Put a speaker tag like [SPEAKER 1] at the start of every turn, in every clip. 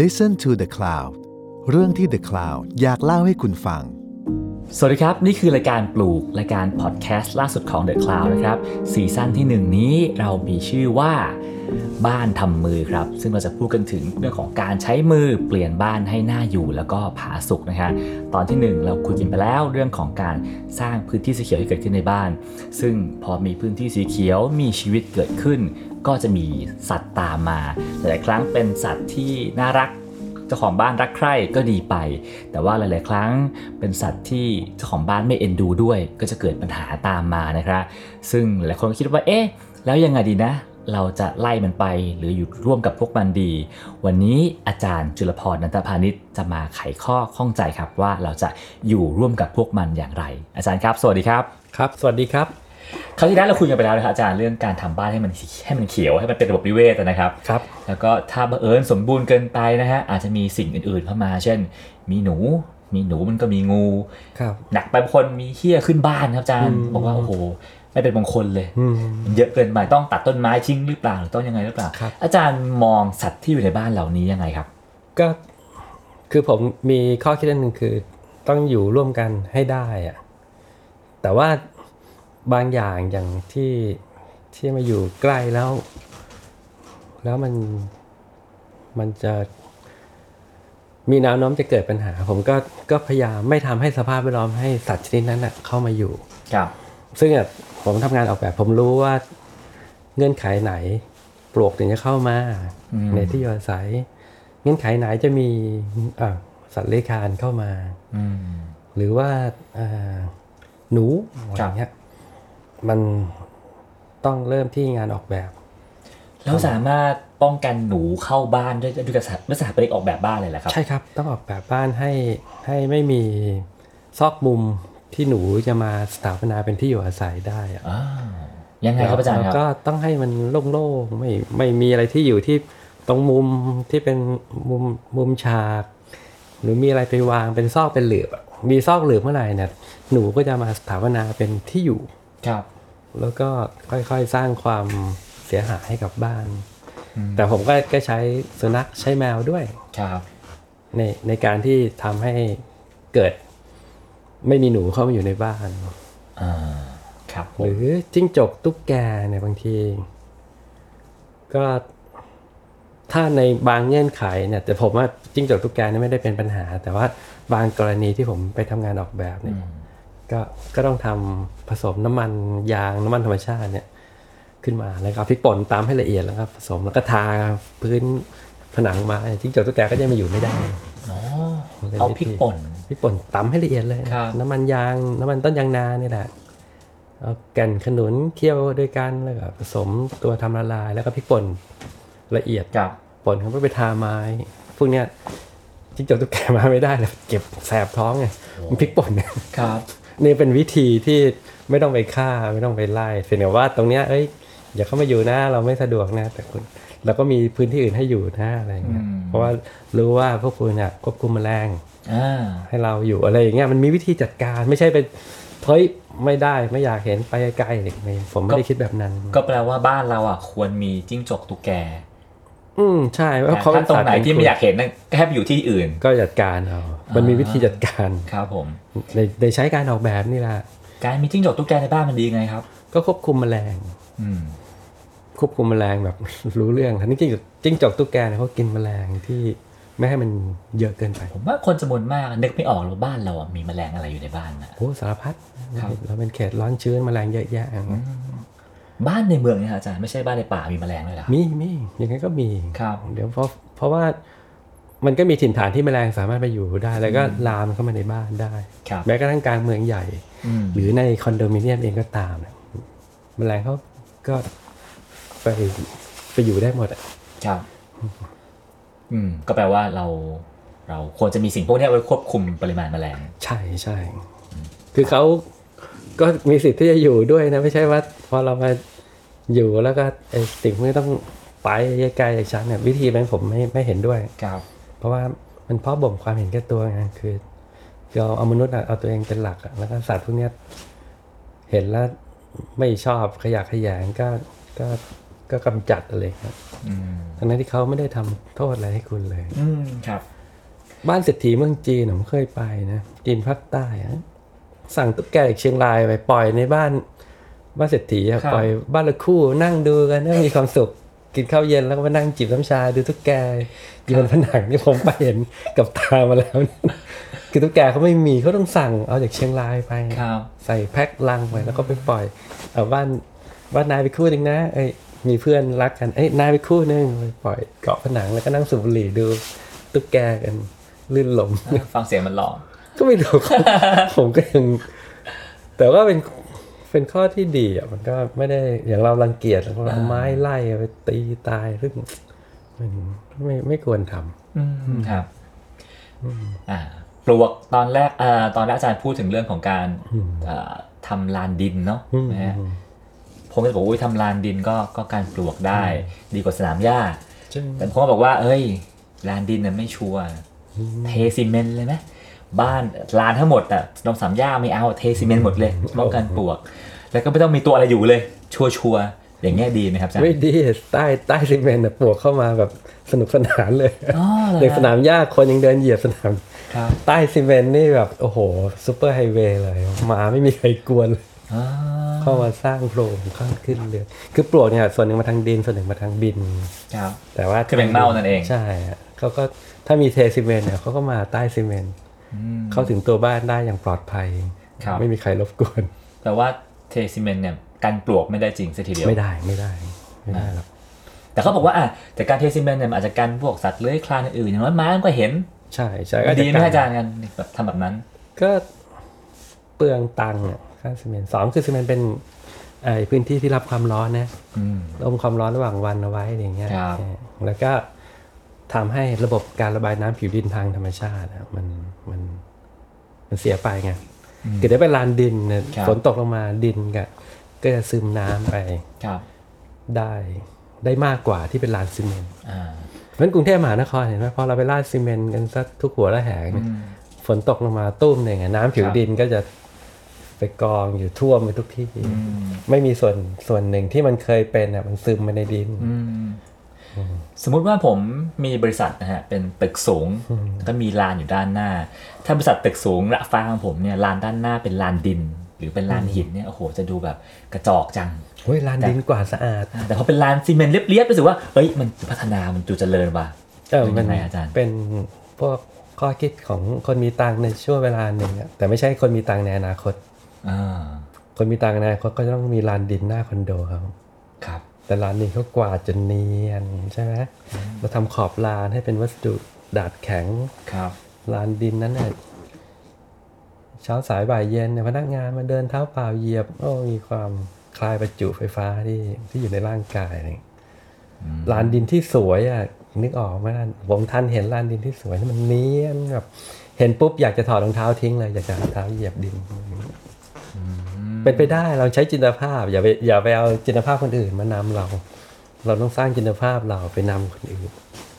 [SPEAKER 1] Listen to the Cloud เรื่องที่ The Cloud อยากเล่าให้คุณฟัง
[SPEAKER 2] สวัสดีครับ นี่คือรายการปลูก รายการพอดแคสต์ล่าสุดของ The Cloud นะครับซีซั่นที่ 1 นี้เรามีชื่อว่าบ้านทำมือครับ ซึ่งเราจะพูดกันถึงเรื่องของการใช้มือเปลี่ยนบ้านให้หน่าอยู่แล้วก็ผาสุกนะฮะตอนทีหนึ่1 เราคุยกันไปแล้วเรื่องของการสร้างพื้นที่สีเขียวที่เกิดขึ้นในบ้าน ซึ่งพอมีพื้นที่สีเขียวมีชีวิตเกิดขึ้น ก็จะมีสัตว์ตามมาหลายๆครั้งเป็นสัตว์ที่น่ารัก เจ้าของบ้านรักใคร่ก็ดีไป แต่ว่าหลาย ๆ ครั้งเป็นสัตว์ที่เจ้าของบ้านไม่เอ็นดูด้วย ก็จะเกิดปัญหาตามมานะครับ ซึ่งหลายคนก็คิดว่าเอ๊ะแล้วยังไงดีนะ เราจะไล่มันไปหรืออยู่ร่วมกับพวกมันดี วันนี้อาจารย์จุลพรนันทพานิชจะมาไขข้อข้องใจครับว่าเราจะอยู่ร่วมกับพวกมันอย่างไร อาจารย์ครับ สวัสดีครับ
[SPEAKER 3] ครับ สวัสดีครับ
[SPEAKER 2] คราวที่แล้วเราคุยกันไปแล้วนะครับอาจารย์เรื่องการทำบ้านให้มันสีให้มันเขียวให้มันเป็นระบบนิเวศนะครับ
[SPEAKER 3] ครับ
[SPEAKER 2] แล้วก็ถ้าบังเอิญสมบูรณ์เกินไปนะฮะอาจจะมีสิ่งอื่นๆเข้ามา เช่น มีหนู มีหนูมันก็มีงู
[SPEAKER 3] ครับ
[SPEAKER 2] หนักไปบางคนมีเหี้ยขึ้นบ้านครับอาจารย์
[SPEAKER 3] อืม
[SPEAKER 2] บอกว่าโอ้โหไม่เป็นมงคลเลย
[SPEAKER 3] อืม
[SPEAKER 2] มันเยอะเกินไปต้องตัดต้นไม้ทิ้งหรือเปล่าหรือต้องยังไงหรือเปล่า
[SPEAKER 3] ครับ
[SPEAKER 2] อาจารย์มองสัตว์ที่อยู่ในบ้านเหล่านี้ยังไงครับ
[SPEAKER 3] ก็คือผมมีข้อคิดอันหนึ่งคือ ต้องอยู่ร่วมกันให้ได้อะแต่ว่าบางอย่างอย่างที่ที่มาอยู่ใกล้แล้ว แล้วมันมันจะมีแนวโน้มจะเกิดปัญหา ผมก็ก็พยายามไม่ทำให้สภาพแวดล้อมให้สัตว์ชนิดนั้นน่ะเข้ามาอยู่
[SPEAKER 2] ครับ
[SPEAKER 3] ซึ่งแบบผมทำงานออกแบบ ผมรู้ว่าเงื่อนไขไหน ปลวกถึงจะเข้ามา
[SPEAKER 2] อืม
[SPEAKER 3] ในที่อยู่อาศัย เงื่อนไขไหนจะมีอ่ะสัตว์เลื้อยคลานเข้ามา
[SPEAKER 2] อืม
[SPEAKER 3] หรือว่าอ่าหนูอะไร
[SPEAKER 2] ครับ
[SPEAKER 3] เงี้ยมันต้องเริ่มที่งานออกแบบ
[SPEAKER 2] แล้วสามารถป้องกันหนูเข้าบ้านด้วยด้วยกับสถาด้วยสถาปนิกออกแบบบ้านเลยเหรอครับ
[SPEAKER 3] ใช่ครับ ต้องออกแบบบ้านให้ให้ไม่มีซอกมุมที่หนูจะมาสถาปนาเป็นที่อยู่อาศัยได้อะ
[SPEAKER 2] อ้าวยังไงครับอาจารย์ค
[SPEAKER 3] แล้
[SPEAKER 2] รั
[SPEAKER 3] วก็
[SPEAKER 2] บ
[SPEAKER 3] ต้องให้มันโล่งๆไม่ไม่มีอะไรที่อยู่ที่ตรงมุมที่เป็นมุมมุมฉาก หรือมีอะไรไปวางเป็นซอกเป็นหลืบอะมีซอกหลืบเมื่อไหร่เนี่ยหนูก็จะมาสถาปนาเป็นที่อยู่
[SPEAKER 2] ครับ
[SPEAKER 3] แล้วก็ค่อยๆสร้างความเสียหายให้กับบ้าน
[SPEAKER 2] อืม
[SPEAKER 3] แต่ผมก็ก็ใช้สุนัขใช้แมวด้วย
[SPEAKER 2] ครับ
[SPEAKER 3] ในในการที่ทำให้เกิดไม่มีหนูเข้ามาอยู่ในบ้าน
[SPEAKER 2] อ่าครับผ
[SPEAKER 3] ห
[SPEAKER 2] ม
[SPEAKER 3] รือจิ้งจกตุ๊กแกเนี่ยบางที ก็ถ้าในบางเงื่อนไขเนี่ย แต่ผมว่าจิ้งจกตุ๊กแกเนี่ยไม่ได้เป็นปัญหา แต่ว่าบางกรณีที่ผมไปทำงานออกแบบเนี่ย
[SPEAKER 2] ม
[SPEAKER 3] ก็ก็ต้องทำผสมน้ำมันยางน้ำมันธรรมชาติเนี่ยขึ้นมาแล้วก็เอาพริกป่นตามให้ละเอียดแล้วก็ผสมแล้วก็ทาพื้นผนังมาจิ้งจกตุ๊กแกก็จะมาอยู่ไม่ได้
[SPEAKER 2] อ๋อ
[SPEAKER 3] มันเป็น
[SPEAKER 2] เอา
[SPEAKER 3] วิ
[SPEAKER 2] พ
[SPEAKER 3] ธี
[SPEAKER 2] ริกป่น
[SPEAKER 3] พริกป่นตำให้ละเอียดเลย
[SPEAKER 2] ครับ
[SPEAKER 3] น้ำมันยาง น้ำมันต้นยางนานี่แหละเอาแก่นขนุนเคี่ยวด้วยกันแล้วก็ผสมตัวทำละลาย แล้วก็พริกป่นละเอียด
[SPEAKER 2] กับ
[SPEAKER 3] ป่นเขาไปทาไม้ พวกเนี้ยจิ้งจกตุ๊กแกมาไม่ได้เลยเก็บแสบท้องไงมันพริกป่นเนี่ย
[SPEAKER 2] ครับ
[SPEAKER 3] นี่เป็นวิธีที่ไม่ต้องไปฆ่าไม่ต้องไปไล่เพียงแต่ว่าตรงเนี้ยเอ้ยอย่าเข้ามาอยู่นะเราไม่สะดวกนะแต่คุณเราก็มีพื้นที่อื่นให้อยู่นะอะไรอย่างเงี้ยเพราะว่ารู้ว่าพวกคุณเนี่ยควบคุมแมลง
[SPEAKER 2] อ่า
[SPEAKER 3] ให้เราอยู่อะไรอย่างเงี้ยมันมีวิธีจัดการไม่ใช่ไปเฮ้ยไม่ได้ไม่อยากเห็นไปไกลๆไม่ผมไม่ได้คิดแบบนั้น
[SPEAKER 2] ก็แปลว่าบ้านเราอ่ะ ควรมีจิ้งจกตุ๊กแก
[SPEAKER 3] อืมใช่เพ
[SPEAKER 2] แต่
[SPEAKER 3] ราะเขาเป็
[SPEAKER 2] ถ้าน ตรง
[SPEAKER 3] สัว์
[SPEAKER 2] ไหนที่ไม่อยากเห็นนั่นก็ให้ไปอยู่ที่อื่น
[SPEAKER 3] ก็จัดการเอามันมีวิธีจัดการ
[SPEAKER 2] ครับผม
[SPEAKER 3] ในในใช้การออกแบบนี่แหละ
[SPEAKER 2] การมีจิ้งจกตุ๊กแกในบ้านมันดีไงครับ
[SPEAKER 3] ก็ควบคุมแมลง
[SPEAKER 2] อืม
[SPEAKER 3] ควบคุมแมลงแบบ รู้เรื่องทั้งจริงๆจิ้งจกตุ๊กแกเนี่ยเขากินแมลงที่ไม่ให้มันเยอะเกินไป
[SPEAKER 2] ผมว่าคนจำนวนมากนึกไม่ออกหรอกบ้านเราอะมีแมลงอะไรอยู่ในบ้านนะ
[SPEAKER 3] โอ้สารพัด
[SPEAKER 2] ครับ
[SPEAKER 3] เราเป็นเขตร้อนชื้นแมลงเยอะแยะ
[SPEAKER 2] บ้านในเมืองเนี่ยฮะอาจารย์ไม่ใช่บ้านในป่ามีแมลงด้วยเหรอครับ
[SPEAKER 3] มีมียังไงก็มี
[SPEAKER 2] ครับ
[SPEAKER 3] เดี๋ยวเพราะเพราะว่ามันก็มีถิ่นฐานที่แมลงสามารถไปอยู่ได้ แล้วก็ลามเข้ามาในบ้านได้
[SPEAKER 2] ครับ
[SPEAKER 3] แม้กระทั่งกลางเมืองใหญ่
[SPEAKER 2] อืม
[SPEAKER 3] หรือในคอนโดมิเนียมเองก็ตามนะแมลงเขาก็ไปไปอยู่ได้หมดอะ
[SPEAKER 2] ครับ อืม ก็แปลว่าเรา เราควรจะมีสิ่งพวกเนี้ยไว้ควบคุมปริมาณแมลง
[SPEAKER 3] ใช่ใช่ คือเขาก็มีสิทธิ์ที่จะอยู่ด้วยนะ ไม่ใช่ว่าพอเรามาอยู่แล้วก็ไอ้สิ่งพวกนี้ต้องไปไกลจากฉันเนี่ยวิธีนั้นผมไม่ไม่เห็นด้วย
[SPEAKER 2] ครับ
[SPEAKER 3] เพราะว่ามันเพาะบ่มความเห็นแก่ตัวไงคือคือเราเอามนุษย์อะเอาตัวเองเป็นหลักอะแล้วก็สัตว์พวกเนี้ยเห็นแล้วไม่ชอบขยะแขยงก็ก็ ก็กำจัดอะไรครับ
[SPEAKER 2] อืม
[SPEAKER 3] ทั้งนั้นที่เขาไม่ได้ทำโทษอะไรให้คุณเลย
[SPEAKER 2] อืมครับ
[SPEAKER 3] บ้านเศรษฐีเมืองจีนผมเคยไปนะจีนภาคใต้อะสั่งตุ๊กแกจากเชียงรายไปปล่อยในบ้านบ้านเศรษฐีอะ
[SPEAKER 2] ครับ
[SPEAKER 3] ปล่อยบ้านละคู่นั่งดูกันนั่งมีความสุข กินข้าวเย็นแล้วก็มานั่งจิบน้ำชาดูตุ๊กแกอยู่บนผนังที่ผมไปเห็นกับตามาแล้วนะคือตุ๊กแกเขาไม่มีเขาต้องสั่งเอาจากเชียงรายไป
[SPEAKER 2] ครับ
[SPEAKER 3] ใส่แพ็คลังไปแล้วก็ไปปล่อยเอาบ้านบ้านนายไปคู่หนึ่งนะเอ้ยมีเพื่อนรักกันเอ้ยนายไปคู่หนึ่งไปปล่อยเกาะผนังแล้วก็นั่งสูบบุหรี่ดูตุ๊กแกกันลื่นลม
[SPEAKER 2] ฟังเสียงมันหลอก
[SPEAKER 3] ก็ไม่รู้ ผมก็ยังแต่ว่าเป็นเป็นข้อที่ดีอ่ะมันก็ไม่ได้อย่างเรารังเกียจแล้วก็เอาไม้ไล่ไปตีตายซึ่งมันไม่ไม่ควรทำ
[SPEAKER 2] อืมครับอ่าปลวกตอนแรกอ่าตอนแรกอาจารย์พูดถึงเรื่องของการอ่าทำลานดินเนาะนะฮะผมก็จะบอกว่าอุ๊ยทำลานดินก็ก็การปลวกได้ ดีกว่าสนามหญ้า แต่ผมก็บอกว่า เอ้ย ลานดินน่ะไม่ชัวร์เทซีเมนต์เลยไหมบ้านลานทั้งหมดอ่ะลงสามย่าไม่เอาเทซีเมนต์หมดเลยป้องกันปลวก แล้วก็ไม่ต้องมีตัวอะไรอยู่เลย ชัวชัวร์ๆอย่างเงี้ยดีไหมครับอาจาร
[SPEAKER 3] ไม่
[SPEAKER 2] ย์
[SPEAKER 3] ดีใต้ใต้ซีเมนต์น่ะปลวกเข้ามาแบบสนุกสนานเลย
[SPEAKER 2] อ๋อเหรอ
[SPEAKER 3] เด็กสนามหญ้าคนยังเดินเหยียบสนาม
[SPEAKER 2] ครับ
[SPEAKER 3] ใต้ซีเมนต์นี่แบบ โอ้โหซูเปอร์ไฮเวย์เลยหมาไม่มีใครกวนเลย
[SPEAKER 2] อ๋อ
[SPEAKER 3] เข้ามาสร้างโพรงข้างขึ้นเลยคือปลวกเนี่ยส่วนหนึ่งมาทางดินส่วนหนึ่งมาทางบิน
[SPEAKER 2] ครับ
[SPEAKER 3] แต่ว่า
[SPEAKER 2] คือแมงเม่านั่นเอง
[SPEAKER 3] ใช่ฮะเขาก็ถ้ามีเทซีเมนต์เนี่ยเขาก็มาใต้ซีเมนต์
[SPEAKER 2] อืม
[SPEAKER 3] เข้าถึงตัวบ้านได้อย่างปลอดภัย
[SPEAKER 2] ครับ
[SPEAKER 3] ไม่มีใครรบกวน
[SPEAKER 2] แต่ว่าเทซีเมนต์เนี่ยกันปลวกไม่ได้จริงสักทีเดียว
[SPEAKER 3] ไม่ได้ไม่ได้ไม่ได้หรอก
[SPEAKER 2] แต่เขาบอกว่าอ่ะแต่การเทซีเมนต์เนี่ยมันอาจจะกันพวกสัตว์เลื้อยคลานอื่นๆอย่างน้อยไม้มันก็เห็น
[SPEAKER 3] ใช่ใช่ก็
[SPEAKER 2] ดีไหม
[SPEAKER 3] ก
[SPEAKER 2] อาจารย์กันแบบทำแบบนั้น
[SPEAKER 3] ก็เปลืองตังค์อะค่าซีเมนต์สองคือซีเมนต์เป็นไอพื้นที่ที่รับความร้อนนะ
[SPEAKER 2] อืม
[SPEAKER 3] อมความร้อนระหว่างวันเอาไว้อะไรอย่างเงี้ย
[SPEAKER 2] ครับ
[SPEAKER 3] เออแล้วก็ทำให้ระบบการระบายน้ำผิวดินทางธรรมชาติอะมันมันมันเสียไปไงคือได้เป็นลานดินเนี่ยฝนตกลงมาดินก็ก็จะซึมน้ำไป
[SPEAKER 2] ครับ
[SPEAKER 3] ได้ได้มากกว่าที่เป็นลานซีเมนต์
[SPEAKER 2] อ่า
[SPEAKER 3] เพราะฉะนั้นกรุงเทพมหานครเห็นไหมพอเราไปลาดซีเมนต์กันสักทุกหัวละแหงเนี่ยฝนตกลงมาตุ้มหนึ่งอะน้ำผิวดินก็จะไปกองอยู่ท่วมไปทุกที่
[SPEAKER 2] อืม
[SPEAKER 3] ไม่มีส่วนส่วนหนึ่งที่มันเคยเป็นอ่ะมันซึมมาในดิน
[SPEAKER 2] สมมุติว่าผมมีบริษัทนะฮะเป็นตึกสูงก็มีลานอยู่ด้านหน้า ถ้าบริษัทตึกสูงระฟ้าของผมเนี่ยลานด้านหน้าเป็นลานดิน หรือเป็นลานหินเนี่ยโอ้โหจะดูแบบกระจอกจัง
[SPEAKER 3] เฮ้ยลานดินกว่าดสะอาด
[SPEAKER 2] แต่พอเป็นลานซีเมนต์เรียบๆรู้สึกว่าเฮ้ยมันพัฒนามันดูเจริญว่ะเป็นยังไงอาจารย์
[SPEAKER 3] เป็นพวกข้อคิดของคนมีตังค์ในช่วงเวลาหนึ่งอะแต่ไม่ใช่คนมีตังค์ในอนาคต
[SPEAKER 2] อ่า
[SPEAKER 3] คนมีตังค์ในอนาคตก็ต้องมีลานดินหน้าคอนโดเขา
[SPEAKER 2] ครับ
[SPEAKER 3] แต่ลานดินเขากวาดจนเนียนใช่ไหมเราทำขอบลานให้เป็นวัสดุดาดแข็ง
[SPEAKER 2] ครับ
[SPEAKER 3] ลานดินนั้นเนี่ยเช้าสายบ่ายเย็นเนี่ยพนักงานมาเดินเท้าเปล่าเหยียบ โอ้มีความคลายประจุไฟฟ้าที่ที่อยู่ในร่างกายอะไรอย่างเงี้ยลานดินที่สวยอ่ะนึกออกไหมล่ะผมทันเห็นลานดินที่สวยนี่มันเนียนแบบเห็นปุ๊บอยากจะถอดรองเท้าทิ้งเลยอยากจะหาเท้าเหยียบดินเป็นไปได้เราใช้จินตภาพ อย่าไปอย่าไปเอาจินตภาพคนอื่นมานำเรา เราต้องสร้างจินตภาพเราไปนำคนอื่น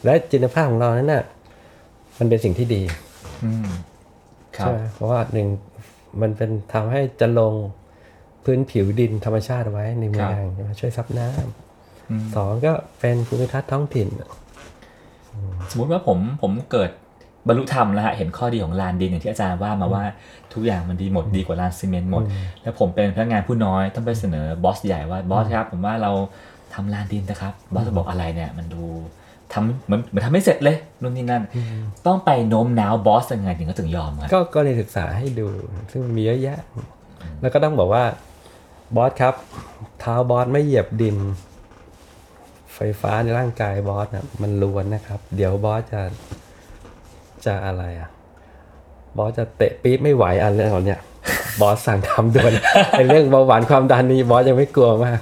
[SPEAKER 3] และจินตภาพของเรานั้นน่ะมันเป็นสิ่งที่ดี
[SPEAKER 2] อืมครั
[SPEAKER 3] ใช่
[SPEAKER 2] บ
[SPEAKER 3] ไหมเพราะว่าหนึ่งมันเป็นทำให้จะลงพื้นผิวดินธรรมชาติเอาไว้ในเมืองใช่ไหมช่วยซับน้ำสองก็เป็นภูมิทัศน์ท้องถิ่น
[SPEAKER 2] สมมุติว่าผมผมเกิดบรรลุธรรมแล้วฮะเห็นข้อดีของลานดินอย่างที่อาจารย์ว่ามาว่าทุกอย่างมันดีหมดดีกว่าลานซีเมนต์หมด แล้วผมเป็นพนักงานผู้น้อยต้องไปเสนอบอสใหญ่ว่าบอสครับ ผมว่าเราทำลานดินนะครับบอสจะบอกอะไรเนี่ยมันดูทำเหมือนเหมือนทำไม่เสร็จเลยนู่นนี่นั่น ต้องไปโน้มน้าวบอสยังไงถึงก็ถึงยอมครับ
[SPEAKER 3] ก็ก็เลยศึกษาให้ดู ซึ่งมันมีเยอะแยะ แล้วก็ต้องบอกว่าบอสครับ เท้าบอสไม่เหยียบดิน ไฟฟ้าในร่างกายบอสนะมันล้วนนะครับ เดี๋ยวบอสจะจะอะไรอ่ะ บอสจะเตะปี๊บไม่ไหวอันเรื่องของเนี่ย บอสสั่งทำด่วน ไอ้เรื่องเบาหวานความดันนี่บอสยังไม่กลัวมาก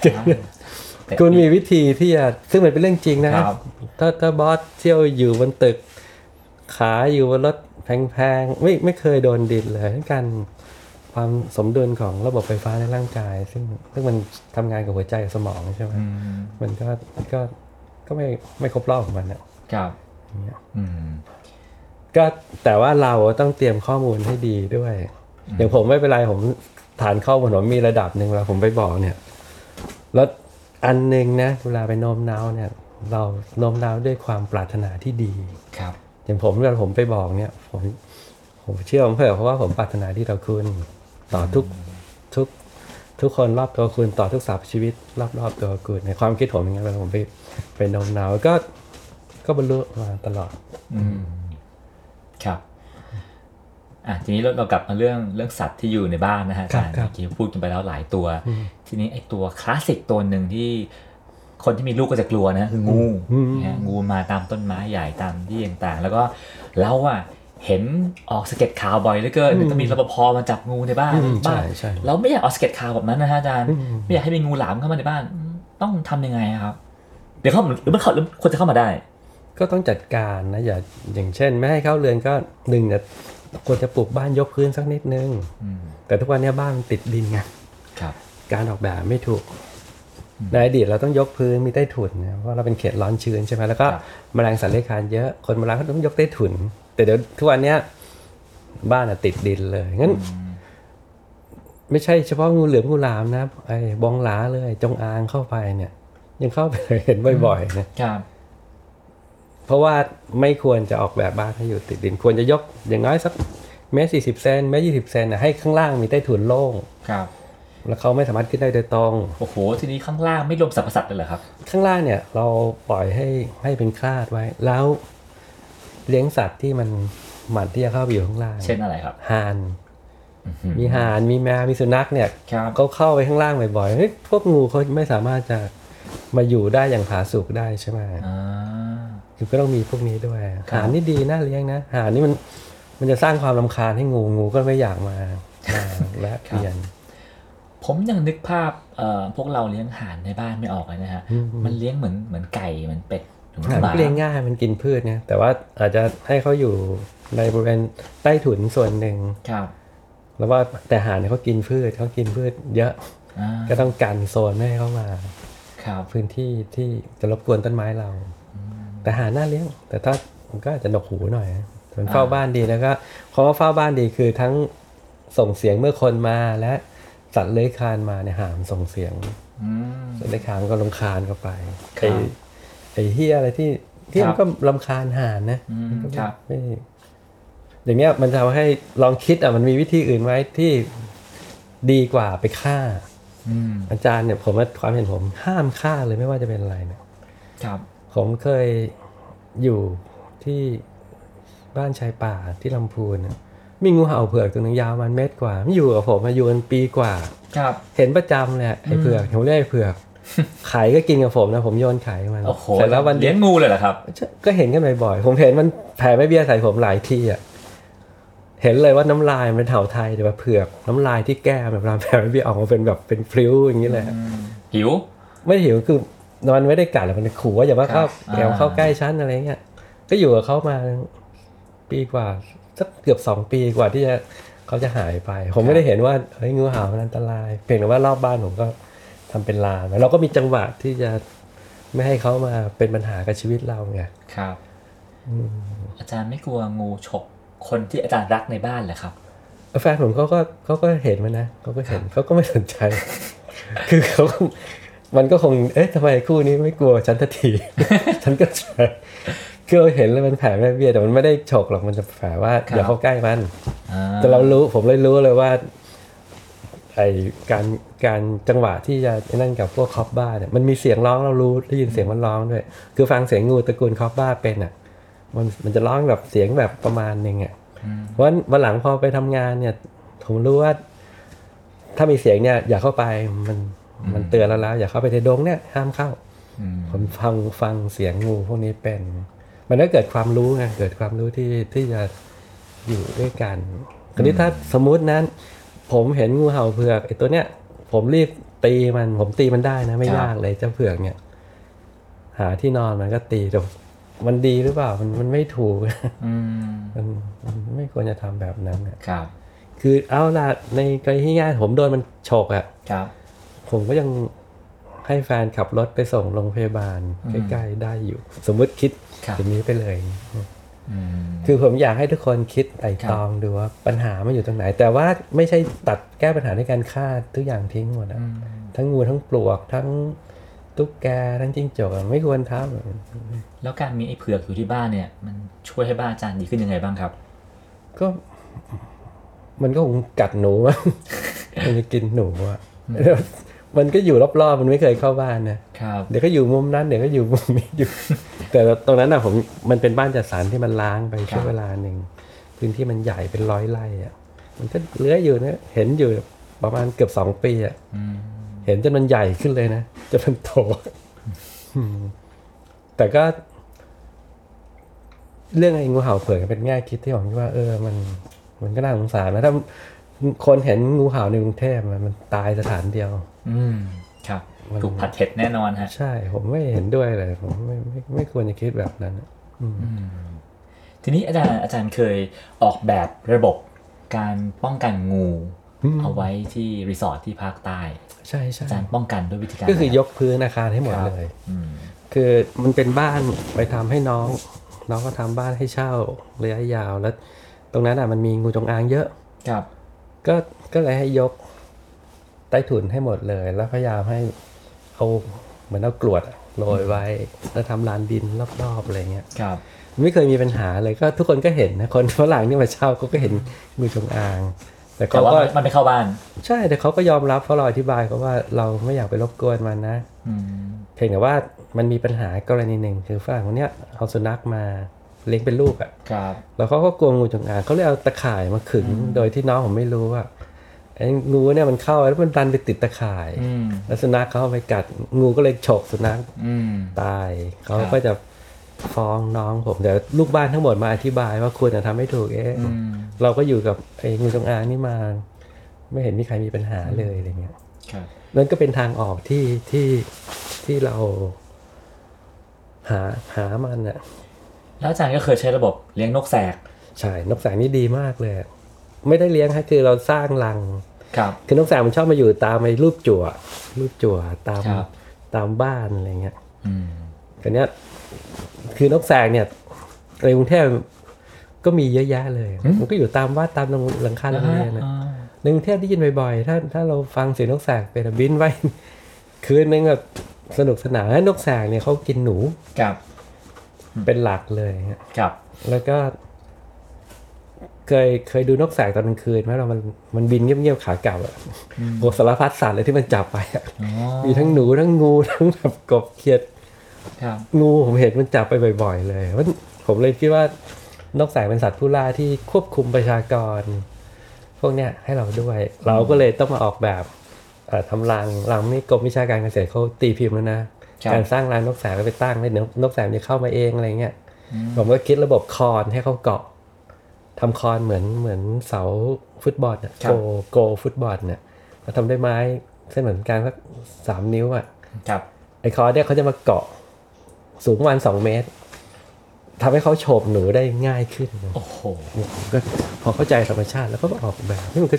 [SPEAKER 2] แต่
[SPEAKER 3] คุณมีวิธีที่จะซึ่งมันเป็นเรื่องจริงนะ
[SPEAKER 2] ครับ
[SPEAKER 3] ถ้าถ้าบอสเที่ยวอยู่บนตึก ขาอยู่บนรถแพงๆไม่ไม่เคยโดนดินเลยนั่นการความสมดุลของระบบไฟฟ้าในร่างกาย ซึ่งซึ่งมันทำงานกับหัวใจกับสมองใช่ไหม
[SPEAKER 2] อืม
[SPEAKER 3] มันก็ก็ก็ไม่ไม่ครบรอบของมันอะ
[SPEAKER 2] ครับ
[SPEAKER 3] อย่างเงี้ย
[SPEAKER 2] อืม
[SPEAKER 3] ก็แต่ว่าเราต้องเตรียมข้อมูลให้ดีด้วย อย่างผมไม่เป็นไรผมฐานข้อมูลผมมีระดับหนึ่งเวลาผมไปบอกเนี่ย แล้ว อันหนึ่งนะเวลาไปโน้มน้าวเนี่ย เราโน้มน้าวด้วยความปรารถนาที่ดี
[SPEAKER 2] ครับ
[SPEAKER 3] อย่างผมเวลาผมไปบอกเนี่ย ผมผมเชื่อผมเถอะเพราะว่าผมปรารถนาที่เราคุณต่อทุกทุกทุกคนรอบตัวคุณต่อทุกสรรพชีวิตรอบรอบๆตัวคุณในความคิดผมอย่างเงี้ยเวลาผมไปไปโน้มน้าวก็ก็บรรลุมาตลอด
[SPEAKER 2] อืมครับอ่ะทีนี้เราเรากลับมาเรื่องเรื่องสัตว์ที่อยู่ในบ้านนะฮะอาจารย์
[SPEAKER 3] ครับครับ
[SPEAKER 2] เมื่อกี้พูดกันไปแล้วหลายตัว
[SPEAKER 3] อืม
[SPEAKER 2] ทีนี้ไอ้ตัวคลาสสิกตัวหนึ่งที่คนที่มีลูกก็จะกลัวนะคืองู
[SPEAKER 3] อืม
[SPEAKER 2] นะฮะงูมาตามต้นไม้ใหญ่ตามที่ต่างๆ แล้วก็เราอะเห็นออกสะเก็ตข่าวบ่อยเหลือเกินเดี๋ยวจะมีรปภมาจับงูในบ้าน
[SPEAKER 3] อืม
[SPEAKER 2] บ้า
[SPEAKER 3] ใช่
[SPEAKER 2] น
[SPEAKER 3] ใช่
[SPEAKER 2] เราไม่อยากออกสะเก็ตข่าวแบบนั้นนะฮะอาจารย์
[SPEAKER 3] อืม
[SPEAKER 2] ไม่อยากให้มีงูหลามเข้ามาในบ้านอืมต้องทำยังไงอะครับ เดี๋ยวเขาหรือมันเขาหรือควรจะเข้ามาได้
[SPEAKER 3] ก็ต้องจัดการนะอย่าอย่างเช่น ไม่ให้เข้าเรือนก็หนึ่งเนี่ยควรจะปลูกบ้านยกพื้นสักนิดนึง
[SPEAKER 2] อืม
[SPEAKER 3] แต่ทุกวันเนี้บ้านมันติดดินไง
[SPEAKER 2] ครับ
[SPEAKER 3] การออกแบบไม่ถูก ในอดีตเราต้องยกพื้นมีใต้ถุนนะเพราะเราเป็นเขตร้อนชื้นใช่ไหมแล้วก็
[SPEAKER 2] ครับ
[SPEAKER 3] แมลงสัตว์เลื้อยคลานเยอะคนมาล้างก็ต้องยกใต้ถุน แต่เดี๋ยวทุกวันเนี้ยบ้านอะติดดินเลยงั้น ไม่ใช่เฉพาะงูเหลือมงูหลามนะไอ้บองหลาเลยจงอางเข้าไปเนี่ย ยังเข้าไปเห็นบ่อยๆนะครับ เพราะว่าไม่ควรจะออกแบบบ้านให้อยู่ติดดิน ควรจะยกอย่างน้อยสักเมตรสี่สิบเซนเมตรยี่สิบเซนน่ะให้ข้างล่างมีใต้ถุนโล่ง
[SPEAKER 2] ครับ
[SPEAKER 3] แล้วเขาไม่สามารถขึ้นได้โดยตรง
[SPEAKER 2] โอ้โห ทีนี้ข้างล่างไม่รวมสรรพสัตว์เลยเหรอครับ
[SPEAKER 3] ข้างล่างเนี่ยเราปล่อยให้ให้เป็นคลาดไว้ แล้วเลี้ยงสัตว์ที่มันหมันที่จะเข้าไปอยู่ข้างล่าง
[SPEAKER 2] เช่นอะไรครับ
[SPEAKER 3] ห่าน มีห่านมีแมวมีสุนัขเนี่ย
[SPEAKER 2] ครับ
[SPEAKER 3] เขาเข้าไปข้างล่างบ่อยๆเฮ้ยพวกงูเขาไม่สามารถจะมาอยู่ได้อย่างผาสุกได้ใช่ไหม
[SPEAKER 2] อ่า
[SPEAKER 3] คือก็ต้องมีพวกนี้ด้วย
[SPEAKER 2] ครับ
[SPEAKER 3] ห่านนี่ดีน่าเลี้ยงนะห่านนี่มันมันจะสร้างความรำคาญให้งูงูก็ไม่อยากมามาแวะเวียน
[SPEAKER 2] ผมยังนึกภาพเอ่อพวกเราเลี้ยงห่านในบ้านไม่ออกเลยนะฮะ
[SPEAKER 3] อืม
[SPEAKER 2] มันเลี้ยงเหมือนเหมือนไก่เหมือนเป็ดหรือเหมือ
[SPEAKER 3] หาน
[SPEAKER 2] นหมา
[SPEAKER 3] เลี้ยงง่ายมันกินพืชเนี่ยแต่ว่าอาจจะให้เขาอยู่ในบริเวณใต้ถุนส่วนหนึ่ง
[SPEAKER 2] ครับ
[SPEAKER 3] แล้วว่าแต่หาเนี่ยเขากินพืชเขากินพืชเยอะ
[SPEAKER 2] อ่า
[SPEAKER 3] ก็ต้องกันโซนไม่ให้เขามา
[SPEAKER 2] ครับ
[SPEAKER 3] พื้นที่ที่จะรบกวนต้นไม้เรา แต่หาหน้าเลี้ยง แต่ถ้ามันก็อาจจะหนวกหูหน่อยมันเฝ้า
[SPEAKER 2] อ่า
[SPEAKER 3] บ้านดีแล้วก็คำว่าเฝ้าบ้านดีคือทั้งส่งเสียงเมื่อคนมาและสัตว์เลื้อยคลานมาเนี่ยหามส่งเสียง
[SPEAKER 2] อืม
[SPEAKER 3] สัตว์เลื้อยคลานมันก็ลำคาญเข้าไป
[SPEAKER 2] ครับ
[SPEAKER 3] ไอ้ไอ้เฮียอะไรที่ที่
[SPEAKER 2] ครั
[SPEAKER 3] มั
[SPEAKER 2] บ
[SPEAKER 3] นก็ลำคาญหานนะ
[SPEAKER 2] อืม
[SPEAKER 3] มันก็ไม่
[SPEAKER 2] ครับ
[SPEAKER 3] ไม่อย่างเงี้ยมันจะทำให้ลองคิดอ่ะมันมีวิธีอื่นไหมที่ดีกว่าไปฆ่า
[SPEAKER 2] อืม
[SPEAKER 3] อาจารย์เนี่ยผมว่าความเห็นผมห้ามฆ่าเลยไม่ว่าจะเป็นอะไรเนี่ย
[SPEAKER 2] ครับ
[SPEAKER 3] ผมเคยอยู่ที่บ้านชายป่าที่ลำพูนน่ะมีงูเห่าเผือกตัวหนึงยาวมันเมตรกว่ามันอยู่กับผมมาอยู่กันปีกว่า
[SPEAKER 2] ครับ
[SPEAKER 3] เห็นประจำเลยอะไอ้เผือกผมเรียกไอ้เผื อกไข่ก็กินกับผมนะผมโยนไข่ให้มัน
[SPEAKER 2] โอ้โห
[SPEAKER 3] เสร็จแล้ววัน
[SPEAKER 2] เลี้ยงงูเลยเหรอครับ
[SPEAKER 3] ก็เห็นกันบ่อยๆผมเห็นมันแผ่ไม่เบี้ยใส่ผมหลายทีอ่ะเห็นเลยว่าน้ำลายมันเป็นเห่าไทยแต่ว่าเผือกน้ำลายที่แก้มแบบแผ่ไม่เบี้ยออกมาเป็นแบบเป็นพลิ้วอย่างนี้เลยอะ
[SPEAKER 2] หิว
[SPEAKER 3] ไม่ได้หิวคือมันไม่ได้กัดหรอกมันขู่ว่าอย่ามา
[SPEAKER 2] ครั
[SPEAKER 3] เข้า
[SPEAKER 2] บอ่า
[SPEAKER 3] แกวเข้าใกล้ฉันอะไรเงี้ยก็อยู่กับเขามาปีกว่าสักเกือบสองปีกว่าที่จะเขาจะหายไป ผมไม่ได้เห็นว่าเฮ้ยงูเห่ามันอันตราย เพียงแต่ว่ารอบบ้านผมก็ทำเป็นลานไว้เราก็มีจังหวะที่จะไม่ให้เขามาเป็นปัญหากับชีวิตเราไง
[SPEAKER 2] ครับ
[SPEAKER 3] อืม
[SPEAKER 2] อาจารย์ไม่กลัวงูฉกคนที่อาจารย์รักในบ้านเหรอครับ
[SPEAKER 3] แฟนผมเขาก็เขาก็เห็นมันนะเขาก็เห็นเขาก็ไม่สนใจ คือเขาก็มันก็คงเอ๊ะทำไมคู่นี้ไม่กลัวฉันทันที ฉันก็เฉยคือเราเห็นแล้วมันแผลแม่เบี้ยแต่มันไม่ได้ฉกหรอกมันจะแผลว่า
[SPEAKER 2] ครับ
[SPEAKER 3] อย่าเข้าใกล้มัน
[SPEAKER 2] อ่
[SPEAKER 3] แต่เรารู้ผมเลยรู้เลยว่าไอการการจังหวะที่จะไอ้นั่นกับพวกคอปบ้าเนี่ยมันมีเสียงร้องเรารู้ได้ยินเสียงมันร้องด้วย คือฟังเสียงงูตระกูลคอปบ้าเป็นอ่ะ มันมันจะร้องแบบเสียงแบบประมาณหนึ่งอ่ะ
[SPEAKER 2] อืม
[SPEAKER 3] เพราะฉะนั้นวันหลังพอไปทำงานเนี่ยผมรู้ว่า ถ้ามีเสียงเนี่ย อย่าเข้าไปมันมันเตือนเราแล้ว อย่าเข้าไปในดงเนี่ยห้ามเข้า
[SPEAKER 2] อืม
[SPEAKER 3] ผมฟังฟังเสียงงูพวกนี้เป็น มันก็เกิดความรู้ไงเกิดความรู้ที่ที่จะอยู่ด้วยกันคราวนี้ถ้าสมมตินั้น ผมเห็นงูเห่าเผือกไอ้ตัวเนี้ยผมรีบตีมัน ผมตีมันได้นะ ไม่ยากเลยเจ้าเผือกเนี่ย หาที่นอนมันก็ตีแต่มันดีหรือเปล่า มันมันไม่ถูก
[SPEAKER 2] อืม
[SPEAKER 3] มันมันไม่ควรจะทำแบบนั้นน่ะ
[SPEAKER 2] ครับ
[SPEAKER 3] คือเอาล่ะในกรณีที่ง่ายผมโดนมันฉกอ่ะ
[SPEAKER 2] ครับ
[SPEAKER 3] ผมก็ยังให้แฟนขับรถไปส่งโรงพยาบาล
[SPEAKER 2] อืม
[SPEAKER 3] ใกล้ๆได้อยู่ สมมุติคิด
[SPEAKER 2] ครับ
[SPEAKER 3] อย่างนี้ไปเลย
[SPEAKER 2] อืม
[SPEAKER 3] คือผมอยากให้ทุกคนคิดไตร่
[SPEAKER 2] ครับ
[SPEAKER 3] ตรองดูว่าปัญหามันอยู่ตรงไหน แต่ว่าไม่ใช่ตัดแก้ปัญหาด้วยการฆ่าทุกอย่างทิ้งหมดอะ
[SPEAKER 2] อืม
[SPEAKER 3] ทั้งงูทั้งปลวกทั้ง ตุ๊กแกทั้งจิ้งจกอะไม่ควรท
[SPEAKER 2] แล้วการมีไอ้เผือกอยู่ที่บ้านเนี่ย มันช่วยให้บ้านอาจารย์ดีขึ้นยังไงบ้างครับ
[SPEAKER 3] ำก็ มันก็คง กัดหนูอะมันจะกินหนูอะแล้ว มันก็อยู่รอบๆ มันไม่เคยเข้าบ้านนะ
[SPEAKER 2] ครับ
[SPEAKER 3] เดี๋ยวก็อยู่มุมนั้นเดี๋ยวก็อยู่มุมนี้อยู่ แต่ตรงนั้นน่ะผมมันเป็นบ้านจัดสรรที่มันล้างไป
[SPEAKER 2] ครับ
[SPEAKER 3] ช่วงเวลาหนึ่งพื้นที่มันใหญ่เป็นร้อยไร่อ่ะมันก็เลื้อยอยู่นะเห็นอยู่ประมาณเกือบสองปีอ่ะ
[SPEAKER 2] อืม
[SPEAKER 3] เห็นจนมันใหญ่ขึ้นเลยนะจนมันโต อืมแต่ก็ เรื่องไอ้งูเห่าเผือกเป็นแง่คิดที่ผมคิดว่าเออมัน มันก็น่าสงสารนะถ้าคนเห็นงูเห่าในกรุงเทพอะมันตายสถานเดียว
[SPEAKER 2] อืมครับ
[SPEAKER 3] มัน
[SPEAKER 2] ถูกผัดเผ็ดแน่นอนฮะ
[SPEAKER 3] ใช่ผมไม่เห็นด้วยเลย ผมไม่ไม่ไม่ควรจะคิดแบบนั้นอะอืม
[SPEAKER 2] ทีนี้อาจารย์อาจารย์เคยออกแบบระบบการป้องกันงู
[SPEAKER 3] อืม
[SPEAKER 2] เอาไว้ที่รีสอร์ทที่ภาคใต้
[SPEAKER 3] ใช่ใช่
[SPEAKER 2] อาจารย์ป้องกันด้วยวิธีการ
[SPEAKER 3] ก็คือย
[SPEAKER 2] ไหน
[SPEAKER 3] กพื้นอาคารให้หมดเลย
[SPEAKER 2] อืม
[SPEAKER 3] คือมันเป็นบ้านไปทำให้น้อง น้องก็ทำบ้านให้เช่าระยะยาวแล้ว ตรงนั้นอ่ะมันมีงูจงอางเยอะ
[SPEAKER 2] ครับ
[SPEAKER 3] ก็ก็เลยให้ยกใต้ถุนให้หมดเลย แล้วพยายามให้เอาเหมือนเอากรวดอะโรยไว้ แล้วทำลานดินรอบๆอะไรเงี้ย
[SPEAKER 2] ครับ
[SPEAKER 3] ไม่เคยมีปัญหาเลยก็ทุกคนก็เห็นนะคนฝรั่งที่มาเช่าเขาก็เห็นงูจงอาง แต่
[SPEAKER 2] แต่
[SPEAKER 3] เขา
[SPEAKER 2] ว่า
[SPEAKER 3] ก็
[SPEAKER 2] มันมันไม่เข้าบ้าน
[SPEAKER 3] ใช่แต่เขาก็ยอมรับเพราะเราอธิบายเขาว่าเราไม่อยากไปรบกวนมันนะ
[SPEAKER 2] อืม
[SPEAKER 3] เพียงแต่ว่ามันมีปัญหากรณีหนึ่งคือฝรั่งคนเนี้ยเอาสุนัขมาเลี้ยงเป็นลูกอะ่ะ
[SPEAKER 2] ครับ
[SPEAKER 3] แล้วเขาก็กลัวงูจงอางเขาเลยเอาตะข่ายมาขึงโดยที่น้องผมไม่รู้ว่าไอ้งูเนี่ยมันเข้าแล้วมันดันไปติดตะข่าย
[SPEAKER 2] อืม
[SPEAKER 3] แล้วสุนัขเขาเอาไปกัดงูก็เลยฉกสุนัข
[SPEAKER 2] อืม
[SPEAKER 3] ตายเขา
[SPEAKER 2] ครับ
[SPEAKER 3] ก็จะฟ้องน้องผมแต่ลูกบ้านทั้งหมดมาอธิบายว่าควรจะทำให้ถูกเอ๊ะ
[SPEAKER 2] อืม
[SPEAKER 3] เราก็อยู่กับไอ้งูจงอางนี่มา ไม่เห็นมีใครมีปัญหาเลยอะไรเงี้ย
[SPEAKER 2] ครับ
[SPEAKER 3] นั่นก็เป็นทางออกที่ที่ที่เราหาหามันอ่ะ
[SPEAKER 2] แล้วอาจารย์ก็เคยใช้ระบบเลี้ยงนกแสก
[SPEAKER 3] ใช่นกแสงนี่ดีมากเลยอะไม่ได้เลี้ยงฮะคือเราสร้างรัง
[SPEAKER 2] ครับ
[SPEAKER 3] คือนกแสงมันชอบมาอยู่ตามไอ้รูปจั่วรูปจั่วตาม
[SPEAKER 2] ครับ
[SPEAKER 3] ตามบ้านอะไรเงี้ย
[SPEAKER 2] อืม
[SPEAKER 3] คราวเนี้ยคือนกแสงเนี่ยในกรุงเทพก็มีเยอะแยะเลย มันก็อยู่ตามวัดตามโรงหลังคาโรงเรียนอะ
[SPEAKER 2] อ่า
[SPEAKER 3] ในกรุงเทพได้ยินบ่อยๆ ถ้าถ้าเราฟังเสียงนกแสกเป็นอะบินไว้ คืนนึงแบบสนุกสนานแล้วนกแสกเนี่ยเขากินหนู
[SPEAKER 2] ครับ
[SPEAKER 3] เป็นหลักเลยฮะ
[SPEAKER 2] ครับ
[SPEAKER 3] แล้วก็ เคยเคยดูนกแสกตอนกลางคืนไหมเรามันมันบินเงียบๆขากลับอะโหสารพัดสัตว์เลยที่มันจับไปอะ
[SPEAKER 2] อ๋อ
[SPEAKER 3] มีทั้งหนูทั้งงู ทั้งแบบกบเขียด
[SPEAKER 2] ครับ
[SPEAKER 3] งูผมเห็นมันจับไปบ่อย ๆ เลยมันผมเลยคิดว่านกแสกเป็นสัตว์ผู้ล่าที่ควบคุมประชากร พวกเนี้ยให้เราด้วย เราก็เลยต้องมาออกแบบเอ่อทำรังรังนี่กรมวิชาการเกษตรเขาตีพิมพ์แล้วนะ
[SPEAKER 2] ครับ
[SPEAKER 3] การสร้างรังนกแสกก็ไปตั้งเลยเดี๋ยวนกแสกจะเข้ามาเองอะไรเงี้ยผมก็คิดระบบคอนให้เขาเกาะทำคอนเหมือนเหมือนเสาฟุตบอลเนี่ย
[SPEAKER 2] ครั
[SPEAKER 3] โก
[SPEAKER 2] บ
[SPEAKER 3] โกฟุตบอลเนี่ยมาทำด้วยไม้เส้นเหมือนกันสักสามนิ้วอ่ะ
[SPEAKER 2] ครับ
[SPEAKER 3] ไอ้คอเนี่ยเขาจะมาเกาะสูงประมาณสองเมตรทำให้เขาโฉบหนูได้ง่ายขึ้น
[SPEAKER 2] โอ้โห
[SPEAKER 3] ก็พอเข้าใจธรรมชาติแล้วก็ออกแบบนี่มันก็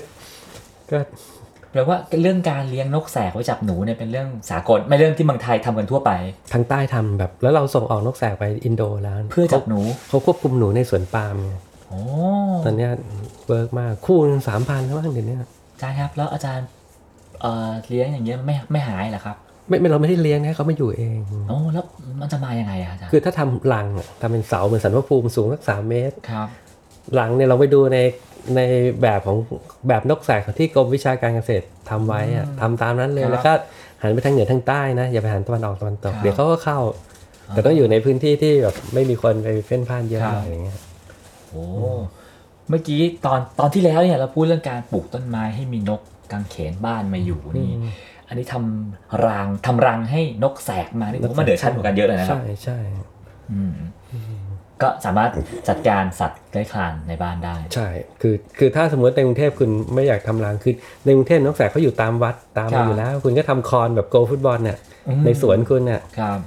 [SPEAKER 3] ก็
[SPEAKER 2] แปลว่าเรื่องการเลี้ยงนกแสกไว้จับหนูเนี่ยเป็นเรื่องสากลไม่เรื่องที่เมืองไทยทำกันทั่วไป
[SPEAKER 3] ทางใต้ทำแบบ แล้วเราส่งออกนกแสกไปอินโดแล้ว
[SPEAKER 2] เพื่อจับหนู
[SPEAKER 3] เขาควบคุมหนูในสวนปาล์มไง
[SPEAKER 2] โอ้
[SPEAKER 3] ตอนเนี้ยเวิร์กมากคู่สามพันแล้วบ้างเดี๋ยวเนี้ย
[SPEAKER 2] อาจารย์ครับแล้วอาจารย์เอ่อเลี้ยงอย่างเงี้ยไม่ไม่หายเหรอครับ
[SPEAKER 3] ไม่ไม่เราไม่ได้เลี้ยงนะเขามาอยู่เอง
[SPEAKER 2] โอ้แล้วมันจะมายังไงอะอาจารย์
[SPEAKER 3] คือถ้าทำรังอะทำเป็นเสาเหมือนสันพระภูมิสูงสักสามเมตร
[SPEAKER 2] ครับ
[SPEAKER 3] หลังเนี่ยเราไปดูในในแบบของแบบนกแสกของที่กรมวิชาการเกษตรทำไว้อะทำตามนั้นเลยแล้วก็หันไปทางเหนือทางใต้นะ อย่าไปหันตะวันออกตะวันตก เดี๋ยวเขาก็เข้า แต่ต้องอยู่ในพื้นที่ที่แบบไม่มีคนไปเพ่นพ่านเยอะหน่อยอย่างเงี้ย
[SPEAKER 2] โอ้เมื่อกี้ตอนตอนที่แล้วเนี่ยเราพูดเรื่องการปลูกต้นไม้ให้มีนกกางเขนบ้านมาอยู่นี่อันนี้ทำรางทำรังให้นกแสกมานี่ผมว่ามันเดือดชั้นกว่ากันเยอะเลยนะครับ
[SPEAKER 3] ใช่ใช่
[SPEAKER 2] อืมก็สามารถจัดการสัตว์เลื้อยคลานในบ้านได้
[SPEAKER 3] ใช่คือคือถ้าสมมติในกรุงเทพคุณไม่อยากทำรังคือในกรุงเทพนกแสกเขาอยู่ตามวัดตาม
[SPEAKER 2] ครับ
[SPEAKER 3] อยู่แล้ว คุณก็ทำคอนแบบโกฟุตบอลเนี่ย
[SPEAKER 2] อืม
[SPEAKER 3] ในสวนคุณเนี่ย
[SPEAKER 2] ครับ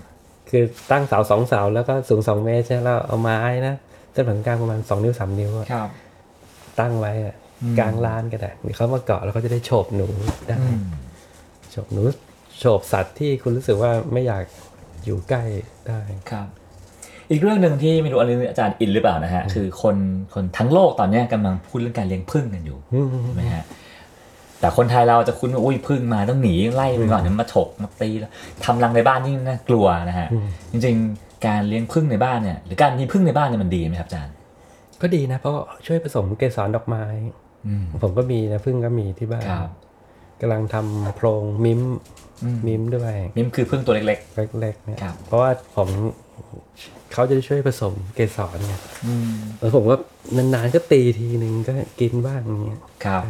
[SPEAKER 3] คือตั้งเสาสองเสาแล้วก็สูงสองเมตรใช่ไหมแล้วเอาไม้นะเส้นผ่านกลางประมาณสองนิ้วสามนิ้วอะ
[SPEAKER 2] ครับ
[SPEAKER 3] ตั้งไว้อะ
[SPEAKER 2] อืม
[SPEAKER 3] กลางลานก็ได้มีเขามาเกาะแล้วก็จะได้โฉบหนูได้
[SPEAKER 2] อืม
[SPEAKER 3] โฉบหนูโฉบสัตว์ที่คุณรู้สึกว่าไม่อยากอยู่ใกล้ได้
[SPEAKER 2] ครับ อีกเรื่องหนึ่งที่ไม่รู้อันนี้อาจารย์อินหรือเปล่านะฮะ คือคนคนทั้งโลกตอนเนี้ยกำลังพูดเรื่องการเลี้ยงผึ้งกันอยู่
[SPEAKER 3] อืม
[SPEAKER 2] ใช่ไหมฮะ แต่คนไทยเราจะคุ้นว่าอุ้ยพึ่งมาต้องหนีไล่ไปก่อนเดี๋ยวมาฉกมาตีแล้วทำรังในบ้านยิ่งน่ากลัวนะฮะจริงๆ การเลี้ยงพึ่งในบ้านเนี่ยหรือการมีพึ่งในบ้านเนี่ยมันดีไหมครับอาจารย์
[SPEAKER 3] ก็ดีนะเพราะช่วยผสมเกสรดอกไม้
[SPEAKER 2] อืม
[SPEAKER 3] ผมก็มีนะพึ่งก็มีที่บ้าน
[SPEAKER 2] ครับ
[SPEAKER 3] กำลังทำโพรงมิม
[SPEAKER 2] อืม
[SPEAKER 3] มิมด้วย
[SPEAKER 2] มิมคือพึ่งตัวเล็ก
[SPEAKER 3] เล็กๆเนี่ย
[SPEAKER 2] ครับ
[SPEAKER 3] เพราะว่าผมเขาจะช่วยผสมเกสรเนี่ย
[SPEAKER 2] ๆอืม
[SPEAKER 3] แล้วผมก็นานๆก็ตีทีหนึ่งก็กินบ้างอย่างเงี้ย
[SPEAKER 2] ครับ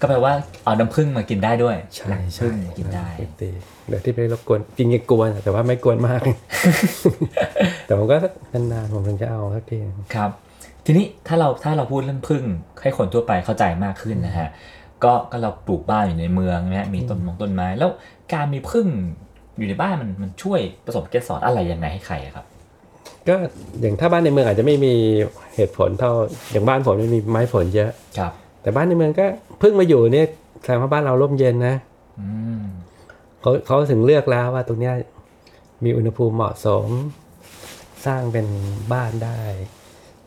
[SPEAKER 2] ก็แปลว่าเอาน้ำพึ่งมากินได้ด้วย
[SPEAKER 3] ใช่ใช่
[SPEAKER 2] พึ่งกินได้
[SPEAKER 3] ปกติเดี๋ยวที่ไปรบกวนจริงๆกวนอะแต่ว่าไม่กวนมาก แต่ผมก็นานๆผมถึงจะเอาสักที
[SPEAKER 2] ครับทีนี้ถ้าเราถ้าเราพูดเรื่องพึ่งให้คนทั่วไปเข้าใจมากขึ้นนะฮะก็ก็เราปลูกบ้านอยู่ในเมืองนะฮะมีต้นมงต้นไม้ แล้วการมีพึ่งอยู่ในบ้านมันมันช่วยผสมเกสรอะไรยังไงให้ใครอะครับ
[SPEAKER 3] ก็อย่างถ้าบ้านในเมืองอาจจะไม่มีเหตุผลเท่าอย่างบ้านผมไม่มีไม้ผลเยอะ
[SPEAKER 2] ครับ
[SPEAKER 3] แต่บ้านในเมืองก็เพิ่งมาอยู่เนี่ยแสดงว่าบ้านเราร่มเย็นนะ
[SPEAKER 2] อืม
[SPEAKER 3] เขาเขาถึงเลือกแล้วว่าตรงเนี้ยมีอุณหภูมิเหมาะสม สร้างเป็นบ้านได้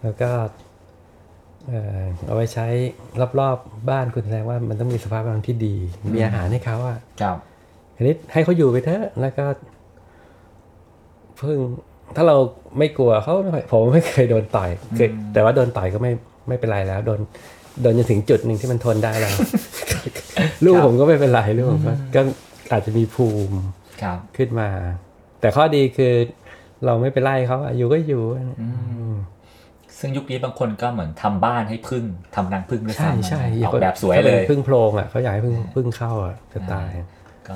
[SPEAKER 3] แล้วก็เอ่อเอาไว้ใช้รอบๆบบ้านคุณแสดงว่ามันต้องมีสภาพแวดล้อมที่ดี มีอาหารให้เขาอะ
[SPEAKER 2] ครับ
[SPEAKER 3] อันนี้ให้เขาอยู่ไปเถอะแล้วก็เพิ่งถ้าเราไม่กลัวเขาไม่ค่อยผมไม่เคยโดนต่อยเคยแต่ว่าโดนต่อยก็ไม่ไม่เป็นไรแล้วโดนโดนจนถึงจุดหนึ่งที่มันทนได้ แล้ว ลูกผมก็ไม่เป็นไรลูกผมก็ก็อาจจะมีภูมิ
[SPEAKER 2] ครับ
[SPEAKER 3] ขึ้นมา แต่ข้อดีคือเราไม่ไปไล่เขาอะอยู่ก็อยู่
[SPEAKER 2] ซึ่งยุคนี้บางคนก็เหมือนทำบ้านให้พึ่งทำรังพึ่งด้วย
[SPEAKER 3] ใช่
[SPEAKER 2] ซ้ำ
[SPEAKER 3] ใช่
[SPEAKER 2] ออกแบบสวยเลย
[SPEAKER 3] พึ่งโพรงอ่ะเขาอยากให้พึ่งพึ่งเข้าอ่ะจะตาย
[SPEAKER 2] ก็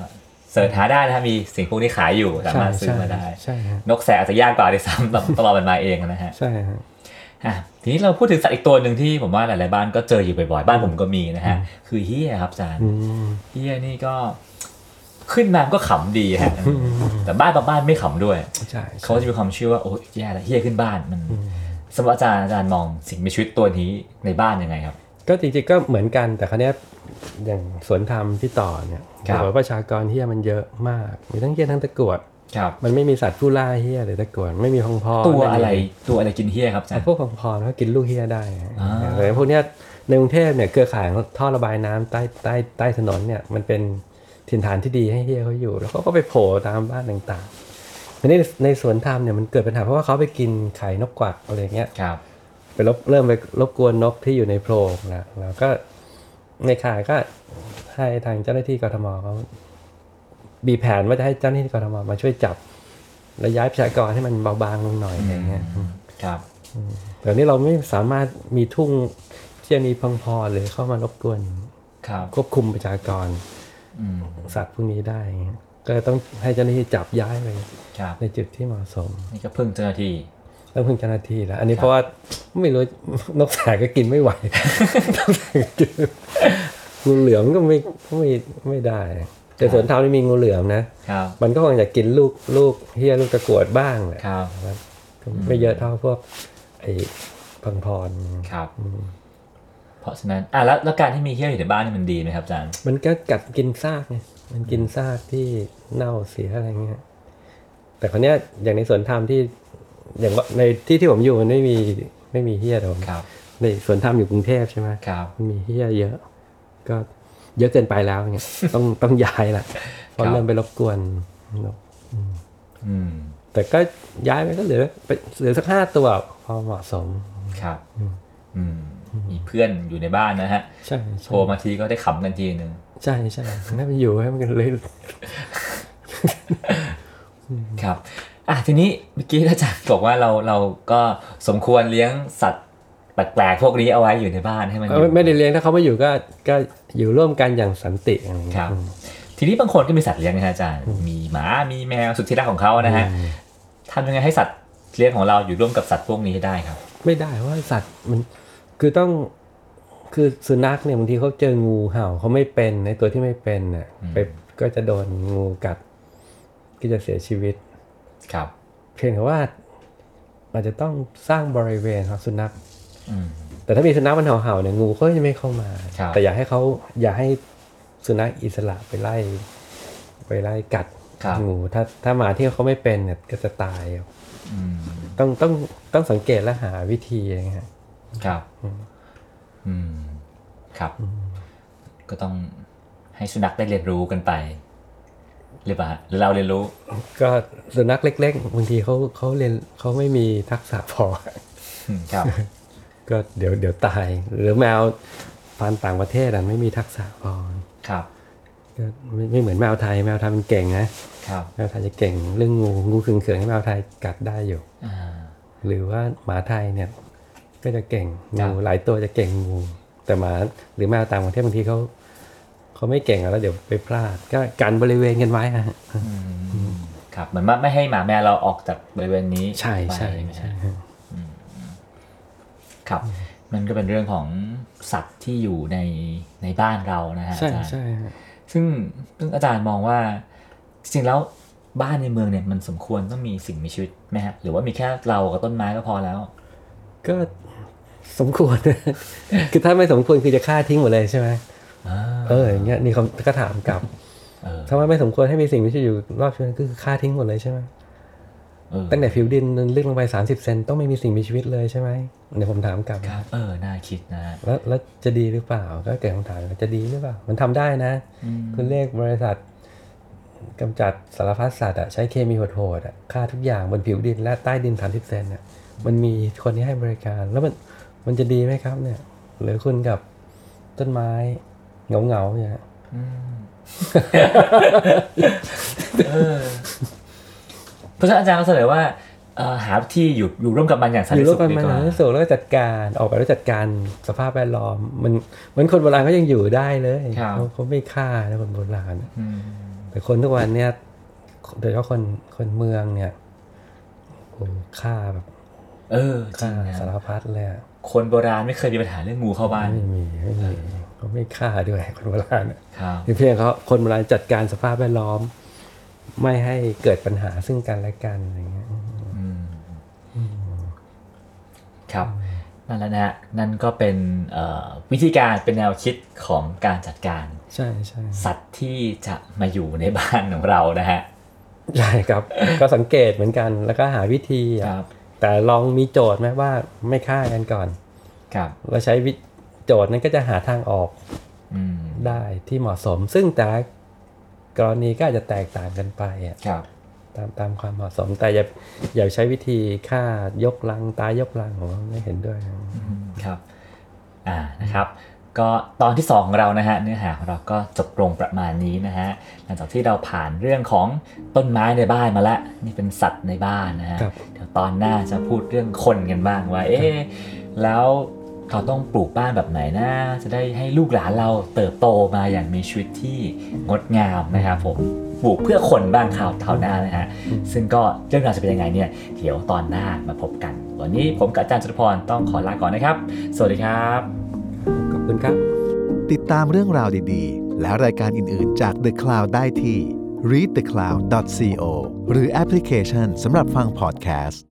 [SPEAKER 2] เสิร์ชหาได้นะฮะมีสิ่งพวกนี้ขายอยู่สามารถซื้อมาได้
[SPEAKER 3] ใช่ฮะ
[SPEAKER 2] นกแสอาจจะยากกว่าด้วยซ้ำต้อง ต้องรอมันมาเองนะฮะ
[SPEAKER 3] ใช่ฮะ
[SPEAKER 2] อ่ะทีนี้เราพูดถึงสัตว์อีกตัวหนึ่งที่ผมว่าหลาย ๆ บ้านก็เจออยู่บ่อย ๆ บ้านผมก็มีนะฮะ คือเฮียครับอาจารย์เฮียนี่ก็ขึ้นมาก็ขำดีฮะแต่บ้านบางบ้านไม่ขำด้วย
[SPEAKER 3] ใช่ใช่
[SPEAKER 2] เขาจะมีความเชื่อว่าโอ้ยแย่แล้วเฮียขึ้นบ้านมันสำหรับอาจารย์อาจารย์มองสิ่งมีชีวิตตัวนี้ในบ้านยังไงครับ
[SPEAKER 3] ก็จริงๆก็เหมือนกันแต่คราวเนี้ยอย่างสวนธรรมที่ต่อเนี่ย
[SPEAKER 2] ครับ
[SPEAKER 3] บอกว่าประชากรเฮียมันเยอะมาก มีทั้งเฮียทั้งตะกรวด
[SPEAKER 2] ครับ
[SPEAKER 3] มันไม่มีสัตว์ผู้ล่าเฮียหรือตะกรวดไม่มีพองพอ
[SPEAKER 2] ตัวอะไรตัวอะไรกินเฮียครับอาจาร
[SPEAKER 3] แต่
[SPEAKER 2] ย์
[SPEAKER 3] พวกพองพอนเขากินลูกเฮียได้
[SPEAKER 2] อ่า
[SPEAKER 3] แต่พวกเนี้ยในกรุงเทพเนี่ยเครือข่ายของท่อระบายน้ำใต้ใต้ใต้ถนนเนี่ยมันเป็นถิ่นฐานที่ดีให้เฮียเขาอยู่ แล้วเขาก็ไปโผล่ตามบ้านต่างๆทีนี้ในสวนธรรมเนี่ยมันเกิดปัญหาเพราะว่าเขาไปกินไข่นกกวักอะไรอย่างเงี้ย
[SPEAKER 2] ครับ
[SPEAKER 3] ไปรบเริ่มไปรบกวนนกที่อยู่ในโพรงแล้วแล้วก็ในข่ายก็ให้ทางเจ้าหน้าที่กทมเขามีแผนว่าจะให้เจ้าหน้าที่กทมมาช่วยจับและย้ายประชากรให้มันเบาบางลงหน่อยอะไรเงี้ย
[SPEAKER 2] ครับ
[SPEAKER 3] แต่นี่เราไม่สามารถมีทุ่งที่จะมีพังพอหรือเข้ามารบกวน
[SPEAKER 2] ครับ
[SPEAKER 3] ควบคุมประชากร
[SPEAKER 2] อืม
[SPEAKER 3] สัตว์พวกนี้ได้เงี้ยก็ต้องให้เจ้าหน้าที่จับย้ายไป
[SPEAKER 2] ครับ
[SPEAKER 3] ในจุดที่เหมาะสม
[SPEAKER 2] นี่ก็เพิ่งเจ้าหน้าที่
[SPEAKER 3] ต้องพึ่งเจ้าหน้าที่แล้ว อันนี้เพราะว่าไม่รู้ นกแสกก็กินไม่ไหว นกแสกก็กินงูเหลือมก็ไม่ไม่ไม่ได้ แต่สวนเทานี่มีงูเหลือมนะ
[SPEAKER 2] ครับ
[SPEAKER 3] มันก็คงจะกินลูกลูกเฮียลูกตะกรวดบ้างแหละ
[SPEAKER 2] ครับ
[SPEAKER 3] ไม่เยอะเท่าพวกไอ้พังพร
[SPEAKER 2] ครับ เพราะฉะนั้นอ่ะแล้วแล้วการที่มีเฮี้ยอยู่ในบ้านนี่มันดีไหมครับอาจารย์
[SPEAKER 3] มันก็กัดกินซากไงมันกินซากที่เน่าเสียอะไรเงี้ย แต่คนเนี้ยอย่างในสวนธรรมที่อย่างว่าในที่ที่ผมอยู่มันไม่มีไม่มีเฮียแต่ผม
[SPEAKER 2] ครับ
[SPEAKER 3] ในสวนธรรมอยู่กรุงเทพใช่ไหม
[SPEAKER 2] ครับ
[SPEAKER 3] มันมีเฮียเยอะ ก็เยอะเกินไปแล้วเนี่ย ต้องต้องย้ายละเพ
[SPEAKER 2] ค
[SPEAKER 3] ราะ
[SPEAKER 2] รับ
[SPEAKER 3] เริ่มไปรบกวนนก
[SPEAKER 2] อืม
[SPEAKER 3] แต่ก็ย้ายไปก็เหลือไปเหลือสักห้าตัวพอเหมาะสม
[SPEAKER 2] ครับ อืม มีเพื่อนอยู่ในบ้านนะฮะ
[SPEAKER 3] ใช่ใช่
[SPEAKER 2] โทรมาทีก็ได้ขำกันทีหนึ่ง
[SPEAKER 3] ใช่ใช่น่าไปอยู่ให้มันกันเลย
[SPEAKER 2] ครับ อ่ะทีนี้เมื่อกี้อาจารย์บอกว่าเราเราก็สมควรเลี้ยงสัตว์แปลกๆพวกนี้เอาไว้อยู่ในบ้านให้มันอ
[SPEAKER 3] เอา
[SPEAKER 2] ยู่
[SPEAKER 3] ไม่ได้เลี้ยงถ้าเขาไม่อยู่ก็ก็อยู่ร่วมกันอย่างสันติอะไรอย่างเงี้ย
[SPEAKER 2] ครับ ทีนี้บางคนก็มีสัตว์เลี้ยงนะฮะอาจารย์ มีหมา มีแมวสุดที่รักของเขานะฮะทำยังไงให้สัตว์เลี้ยงของเราอยู่ร่วมกับสัตว์พวกนี้ให้ได้ครับ
[SPEAKER 3] ไม่ได้เพราะว่าสัตว์มันคือต้องคือสุนัขเนี่ยบางทีเขาเจองูเห่าเขาไม่เป็นในตัวที่ไม่เป็นน่ะไปก็จะโดนงูกัดก็จะเสียชีวิต
[SPEAKER 2] ครับ
[SPEAKER 3] เพียงแต่ว่าอาจจะต้องสร้างบริเวณของสุนัข
[SPEAKER 2] อืม
[SPEAKER 3] แต่ถ้ามีสุนัขมันเห่าๆเนี่ยงูเขาจะไม่เข้ามา
[SPEAKER 2] ครับ
[SPEAKER 3] แต่อย่าให้เขาอย่าให้สุนัขอิสระไปไล่ ไปไล่กัด
[SPEAKER 2] ครับ
[SPEAKER 3] งูถ้าถ้าหมาที่เขาไม่เป็นเนี่ยก็จะตายเอา
[SPEAKER 2] อืม
[SPEAKER 3] ต้องต้องต้องสังเกตและหาวิธีอะไรเงี้ยฮะ
[SPEAKER 2] ครับ อืม ครับ ก็ต้องให้สุนัขได้เรียนรู้กันไปหรือเปล่าหรือเราเรียนรู้
[SPEAKER 3] ก็สุนัขเล็กๆบางทีเขาเขาเรียนเขาไม่มีทักษะพอ
[SPEAKER 2] อืมครับ
[SPEAKER 3] ก็เดี๋ยวเดี๋ยวตาย หรือแมวพันธุ์ต่างประเทศอ่ะไม่มีทักษะพอ
[SPEAKER 2] ครับ
[SPEAKER 3] ก็ไม่ไม่เหมือนแมวไทยแมวไทยมันเก่งนะครับ แมวไทยจะเก่งเรื่องงูงูเขืองๆให้แมวไทยกัดได้อยู่
[SPEAKER 2] อ่า
[SPEAKER 3] หรือว่าหมาไทยเนี่ยก็จะเก่ง
[SPEAKER 2] ครั
[SPEAKER 3] งู
[SPEAKER 2] บ
[SPEAKER 3] หลายตัวจะเก่งงูแต่หมาหรือแมวต่างประเทศบางทีเขาเขาไม่เก่งอะแล้วเดี๋ยวไปพลาด ก็กันบริเวณกันไว้อะฮะ
[SPEAKER 2] ครับเหมือนว่าไม่ให้หมาแมวเราออกจากบริเวณนี้
[SPEAKER 3] ใช่ใช่
[SPEAKER 2] ไปไหม
[SPEAKER 3] ใช่
[SPEAKER 2] ฮะครับ มันก็เป็นเรื่องของสัตว์ที่อยู่ในในบ้านเรานะฮะ
[SPEAKER 3] ใช่
[SPEAKER 2] อาจารย์
[SPEAKER 3] ใช่ฮะ
[SPEAKER 2] ซึ่งซึ่งอาจารย์มองว่า จริงๆแล้วบ้านในเมืองเนี่ยมันสมควรต้องมีสิ่งมีชีวิตไหมฮะหรือว่ามีแค่เรากับต้นไม้ก็พอแล้ว
[SPEAKER 3] ก็สมควร คือถ้าไม่สมควรคือจะฆ่าทิ้งหมดเลยใช่ไหม
[SPEAKER 2] อ่า
[SPEAKER 3] เอออย่างเงี้ยนี่เขาก็ถามกลับ
[SPEAKER 2] เออ
[SPEAKER 3] ถ้าว่าไม่สมควรให้มีสิ่งมีชีวิตอยู่รอบชีวิตก็คือฆ่าทิ้งหมดเลยใช่ไหม
[SPEAKER 2] เออ
[SPEAKER 3] ตั้งแต่ผิวดินลึกลงไป 30 เซนต้องไม่มีสิ่งมีชีวิตเลยใช่ไหมเดี๋ยวผมถามกลับ
[SPEAKER 2] ครับเออน่าคิดนะฮะ
[SPEAKER 3] แล้วแล้วจะดีหรือเปล่า ก็เกิดคำถามว่าจะดีหรือเปล่า มันทำได้นะ
[SPEAKER 2] อืม
[SPEAKER 3] คุณเรียกบริษัทกำจัดสารพัดสัตว์อะใช้เคมีโหดๆอะฆ่าทุกอย่างบนผิวดินและใต้ดิน 30 เซนเนี่ยมันมีคนที่ให้บริการ แล้วมันมันจะดีไหมครับเนี่ย หรือคุณกับต้นไม้เหงาๆเนี่ย
[SPEAKER 2] อืมเออเพราะฉะนั้นอาจารย์ก็เสนอว่าเอ่อหาที่อยู่อยู่ร่วมกับมันอย่างสัน
[SPEAKER 3] อ
[SPEAKER 2] ติ
[SPEAKER 3] ยู่ร่ว
[SPEAKER 2] สุข
[SPEAKER 3] มกัน
[SPEAKER 2] ดี
[SPEAKER 3] มาก นาน
[SPEAKER 2] ว่า
[SPEAKER 3] ที่สุดแล้วก็จัดการออกแบบแล้วจัดการสภาพแวดล้อม มันเหมือนคนโบราณเขายังอยู่ได้เลย
[SPEAKER 2] ครับ
[SPEAKER 3] เขาเขาไม่ฆ่านะคนโบราณ
[SPEAKER 2] อืม
[SPEAKER 3] แต่คนทุกวันเนี่ยโดยเฉพาะคนคนเมืองเนี่ยโอ้ฆ่าแบบ
[SPEAKER 2] เออจริ
[SPEAKER 3] ฆ่าง
[SPEAKER 2] นะ
[SPEAKER 3] สารพัดเลยอะ
[SPEAKER 2] คนโบราณไม่เคยมีปัญหาเรื่องงูเข้าบ้าน
[SPEAKER 3] ไม่มีไม่มีเขาไม่ฆ่าด้วยคนโบราณอะ
[SPEAKER 2] ครับ
[SPEAKER 3] เพียงเขาคนโบราณจัดการสภาพแวดล้อม ไม่ให้เกิดปัญหาซึ่งกันและกันอะไรเงี้ย
[SPEAKER 2] อืมครับนั่นแหละนะฮะนั่นก็เป็นเอ่อวิธีการเป็นแนวคิดของการจัดการ
[SPEAKER 3] ใช่ใช่
[SPEAKER 2] สัตว์ที่จะมาอยู่ในบ้านของเรานะฮะ
[SPEAKER 3] ใช่ครับ ก็สังเกตเหมือนกัน แล้วก็หาวิธีอะ
[SPEAKER 2] ครับ
[SPEAKER 3] แต่ลองมีโจทย์ไหมว่าไม่ฆ่ากันก่อน
[SPEAKER 2] ครับ
[SPEAKER 3] เราใช้วิโจทย์นั้นก็จะหาทางออก
[SPEAKER 2] อืม
[SPEAKER 3] ได้ที่เหมาะสม ซึ่งแต่ละกรณีก็อาจจะแตกต่างกันไปอะ
[SPEAKER 2] ครับ
[SPEAKER 3] ตามตามความเหมาะสม แต่อย่าอย่าใช้วิธีฆ่ายกลังตายยกลังผมว่าไม่เห็นด้วยนะ
[SPEAKER 2] ครับ อ่า นะครับ ก็ตอนที่สองของเรานะฮะ เนื้อหาของเราก็จบลงประมาณนี้นะฮะ หลังจากที่เราผ่านเรื่องของต้นไม้ในบ้านมาแล้วนี่เป็นสัตว์ในบ้านนะฮะ
[SPEAKER 3] ครับ
[SPEAKER 2] เดี๋ยวตอนหน้าจะพูดเรื่องคนกันบ้างว่า เอ๊ะ แล้วเราต้องปลูกบ้านแบบไหนนะ จะได้ให้ลูกหลานเราเติบโตมาอย่างมีชีวิตที่งดงามนะครับผม ปลูกเพื่อคนบ้างข่าวเท่าวหน้านะฮะ ซึ่งก็เรื่องราวจะเป็นยังไงเนี่ย เดี๋ยวตอนหน้ามาพบกัน วันนี้ผมกับอาจารย์จตุพรต้องขอลาก่อนนะครับ สวัสดีครับ
[SPEAKER 3] ขอบคุณครับ
[SPEAKER 1] ติดตามเรื่องราวดีๆ และรายการอื่นๆจาก The Cloud ได้ที่ readthecloud.co หรือแอปพลิเคชันสำหรับฟังพอดแคสต์